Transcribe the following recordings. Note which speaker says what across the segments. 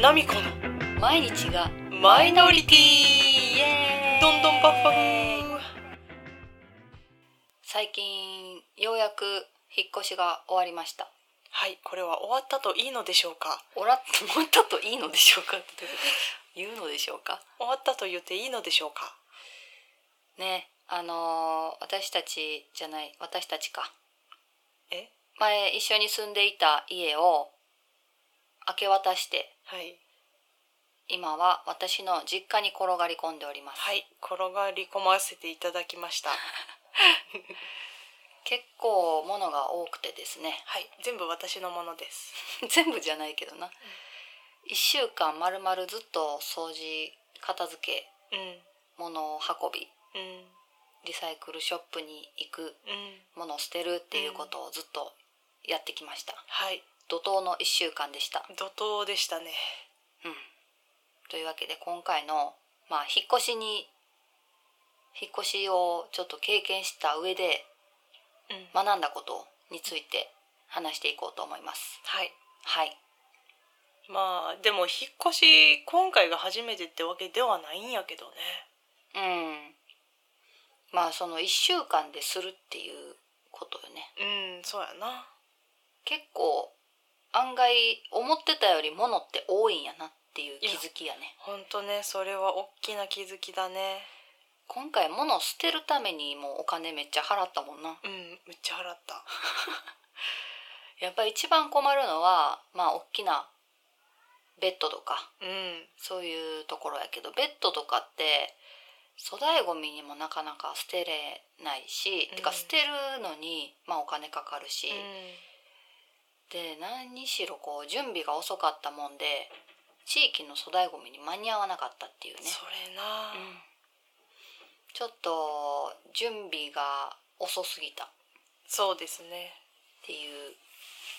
Speaker 1: ナミコの
Speaker 2: 毎日が
Speaker 1: マイノリテ
Speaker 2: イ
Speaker 1: ィ
Speaker 2: エーイ
Speaker 1: どんどんパッパフ
Speaker 2: 最近ようやく引っ越しが終わりました
Speaker 1: はいこれは終わったといいのでしょうか
Speaker 2: おらって思ったといいのでしょうかって言うのでしょうか
Speaker 1: 終わったと言っていいのでしょうか
Speaker 2: ねあのー私たちじゃない私たちか
Speaker 1: え
Speaker 2: 前一緒に住んでいた家を明け渡して
Speaker 1: はい
Speaker 2: 今は私の実家に転がり込んでおります
Speaker 1: はい転がり込ませていただきました
Speaker 2: 結構物が多くてですね
Speaker 1: はい全部私のものです
Speaker 2: 全部じゃないけどな、1週間まるまるずっと掃除片付け
Speaker 1: うん
Speaker 2: 物を運び
Speaker 1: うん
Speaker 2: リサイクルショップに行く
Speaker 1: うん
Speaker 2: 物を捨てるっていうことをずっとやってきました、
Speaker 1: はい
Speaker 2: 怒涛の1週間でした、
Speaker 1: 怒涛でしたね
Speaker 2: うん、というわけで今回の、まあ、引っ越しに引っ越しをちょっと経験した上で
Speaker 1: うん
Speaker 2: 学んだことについて話していこうと思います
Speaker 1: はい
Speaker 2: はい
Speaker 1: まあでも引っ越し今回が初めてってわけではないんやけどね
Speaker 2: うんまあその1週間でするっていうことよね
Speaker 1: うんそうやな
Speaker 2: 結構案外思ってたより物って多いんやなっていう気づきやね
Speaker 1: ほんとねそれは大きな気づきだね
Speaker 2: 今回物を捨てるためにもうお金めっちゃ払ったもんな
Speaker 1: うんむっちゃ払った
Speaker 2: やっぱり一番困るのはまあ大きなベッドとか
Speaker 1: うん
Speaker 2: そういうところやけどベッドとかって粗大ごみにもなかなか捨てれないし、
Speaker 1: うん
Speaker 2: てか捨てるのにまあお金かかるし、で何しろこう準備が遅かったもんで地域の粗大ごみに間に合わなかったっていうね
Speaker 1: それな、
Speaker 2: うんちょっと準備が遅すぎたっ
Speaker 1: そうですね
Speaker 2: ていう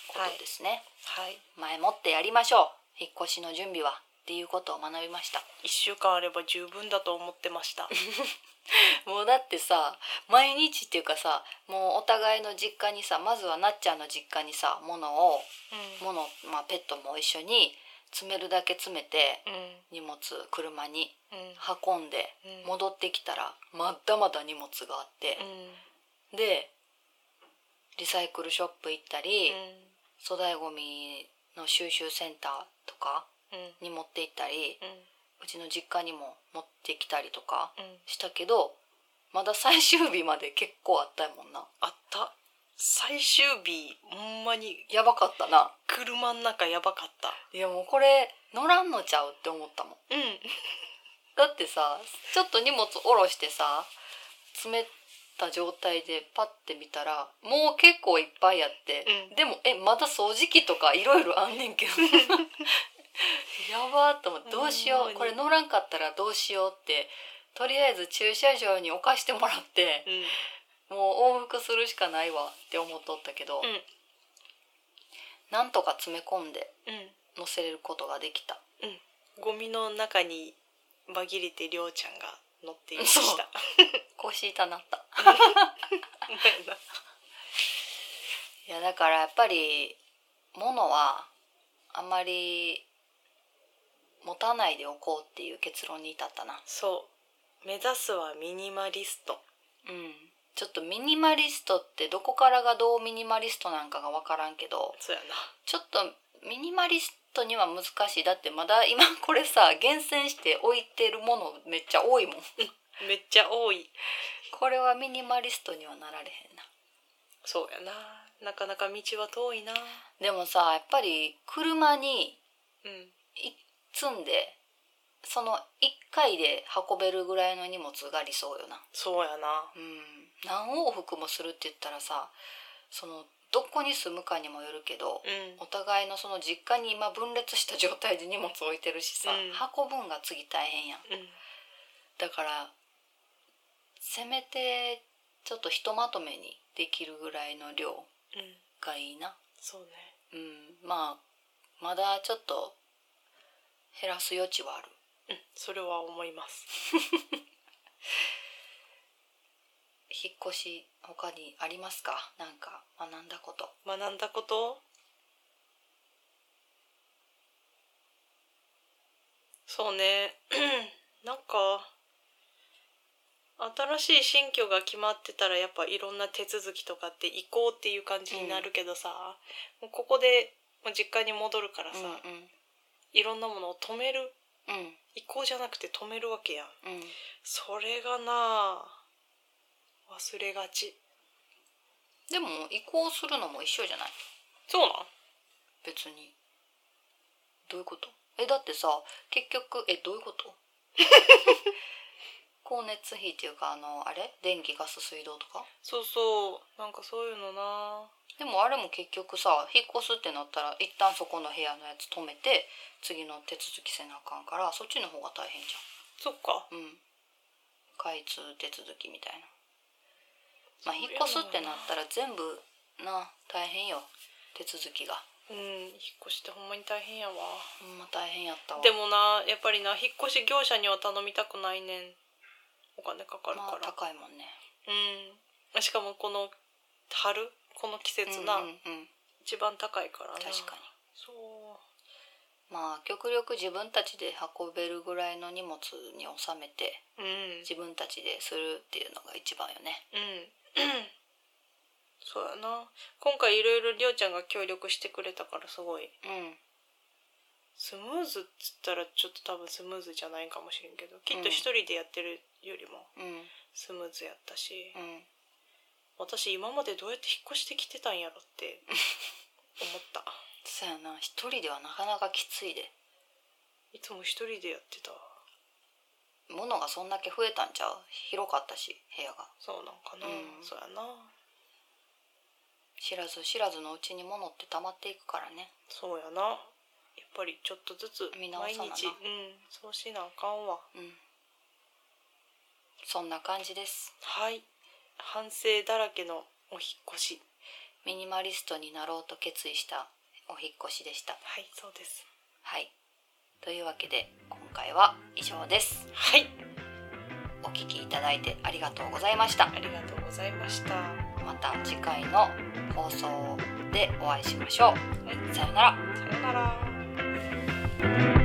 Speaker 2: ことですね、
Speaker 1: はい
Speaker 2: 前もってやりましょう引っ越しの準備はっていうことを学びました
Speaker 1: 1週間あれば十分だと思ってました
Speaker 2: もうだってさ毎日っていうかさもうお互いの実家にさまずはなっちゃんの実家にさ物を
Speaker 1: う
Speaker 2: 物、まあ、ペットも一緒に詰めるだけ詰めて
Speaker 1: ん
Speaker 2: 荷
Speaker 1: うん
Speaker 2: 物車に
Speaker 1: うん
Speaker 2: 運んで
Speaker 1: うん
Speaker 2: 戻ってきたらまだまだ荷物があって
Speaker 1: う、ん
Speaker 2: でリサイクルショップ行ったり、
Speaker 1: う
Speaker 2: 粗大ごみの収集センターとか
Speaker 1: ん
Speaker 2: に
Speaker 1: うん
Speaker 2: 持って行ったり
Speaker 1: うん
Speaker 2: うちの実家にも持ってきたりとか
Speaker 1: うん
Speaker 2: したけどまだ最終日まで結構あったもんな
Speaker 1: あった最終日ほんまに
Speaker 2: やばかったな
Speaker 1: 車ん中やばかった
Speaker 2: いやもうこれ乗らんのちゃうって思ったもん
Speaker 1: うん
Speaker 2: だってさちょっと荷物下ろしてさ詰めた状態でパッて見たらもう結構いっぱいあって、
Speaker 1: うん
Speaker 2: でもえまだ掃除機とかいろいろあんねん けどやばーと思ってどうしよ
Speaker 1: ほんま
Speaker 2: う
Speaker 1: に
Speaker 2: これ乗らんかったらどうしようってとりあえず駐車場に置かしてもらって
Speaker 1: うん
Speaker 2: もう往復するしかないわって思っとったけど、
Speaker 1: うん
Speaker 2: なんとか詰め込んで
Speaker 1: うん
Speaker 2: 乗せることができた
Speaker 1: ゴミの中に紛れてりょうちゃんが乗っていまし
Speaker 2: そう
Speaker 1: た。
Speaker 2: 腰痛なった
Speaker 1: ほんまやない
Speaker 2: やだからやっぱり物はあんまり持たないでおこうっていう結論に至ったな
Speaker 1: そう目指すはミニマリスト。
Speaker 2: うんちょっとミニマリストってどこからがどうミニマリストなんかが分からんけど
Speaker 1: そうや
Speaker 2: ちょっとミニマリストには難しいだってまだ今これさ厳選して置いてるものめっちゃ多いもん
Speaker 1: な。 めっちゃ多い。
Speaker 2: これはミニマリストにはなられへんな
Speaker 1: そうやな。なかなか道は遠いな。
Speaker 2: でもさやっぱり車に
Speaker 1: うん。
Speaker 2: 積んでその1回で運べるぐらいの荷物が理想よな
Speaker 1: そうやな。
Speaker 2: うん何往復もするって言ったらさそのどこに住むかにもよるけど、
Speaker 1: うん。
Speaker 2: お互いのその実家に今分裂した状態で荷物置いてるしさ、
Speaker 1: うん
Speaker 2: 運ぶんが次大変やん
Speaker 1: うん。
Speaker 2: だからせめてちょっとひとまとめにできるぐらいの量
Speaker 1: うん。
Speaker 2: がいいな
Speaker 1: そうね。
Speaker 2: うんまあまだちょっと減らす余地はある
Speaker 1: うん。それは思います。
Speaker 2: 引っ越し他にありますかなんか学んだこと
Speaker 1: 学んだことそうね なんか新しい新居が決まってたらやっぱいろんな手続きとかって行こうっていう感じになるけどさ、もうここでもう実家に戻るからさ、
Speaker 2: うんうん
Speaker 1: いろんなものを止める
Speaker 2: うん
Speaker 1: 行こうじゃなくて止めるわけやん
Speaker 2: うん
Speaker 1: それがなあ忘れがち
Speaker 2: でも移行するのも一緒じゃない
Speaker 1: そうなん
Speaker 2: 別にどういうことえだってさ結局えどういうこと 光熱費っていうかあのあれ電気ガス水道とか
Speaker 1: そうそうなんかそういうのな
Speaker 2: でもあれも結局さ引っ越すってなったら一旦そこの部屋のやつ止めて次の手続きせなあかんからそっちの方が大変じ
Speaker 1: そっか
Speaker 2: ゃんうん開通手続きみたいなまあ引っ越すってなったら全部な大変よ手続きが
Speaker 1: うん引っ越しってほんまに大変やわ
Speaker 2: ほんま大変やったわ
Speaker 1: でもなやっぱりな引っ越し業者には頼みたくないねんお金かかる
Speaker 2: ま
Speaker 1: か
Speaker 2: あ
Speaker 1: ら、
Speaker 2: 高いもんね
Speaker 1: うんしかもこの春この季節な、
Speaker 2: うんうんうん
Speaker 1: 一番高いからな
Speaker 2: 確かに
Speaker 1: そう
Speaker 2: まあ極力自分たちで運べるぐらいの荷物に収めて
Speaker 1: うんうん
Speaker 2: 自分たちでするっていうのが一番よね
Speaker 1: そうやな今回いろいろりょうちゃんが協力してくれたからすごい
Speaker 2: うん
Speaker 1: スムーズっつったらちょっと多分スムーズじゃないかもしれんけどきっと一人でやってるよりも
Speaker 2: うん
Speaker 1: スムーズやったし、
Speaker 2: うん
Speaker 1: 私今までどうやって引っ越してきてたんやろって 思った
Speaker 2: そうやな一人ではなかなかきついで
Speaker 1: いつも一人でやってたわ
Speaker 2: 物がそんだけ増えたんちゃう広かったし部屋が
Speaker 1: そうなんかな、
Speaker 2: うん
Speaker 1: そうやな
Speaker 2: 知らず知らずのうちに物って溜まっていくからね
Speaker 1: そうやなやっぱりちょっとずつ
Speaker 2: 見
Speaker 1: 毎
Speaker 2: 直さなな
Speaker 1: 日うんそうしなあかんわ
Speaker 2: うんそんな感じです
Speaker 1: はい反省だらけのお引っ越し
Speaker 2: ミニマリストになろうと決意したお引っ越しでした
Speaker 1: はいそうです
Speaker 2: はいというわけで今回は以上です
Speaker 1: はい
Speaker 2: お聞きいただいてありがとうございました
Speaker 1: ありがとうございましたは
Speaker 2: また次回の放送でお会いしましょうさようなら
Speaker 1: いさよなら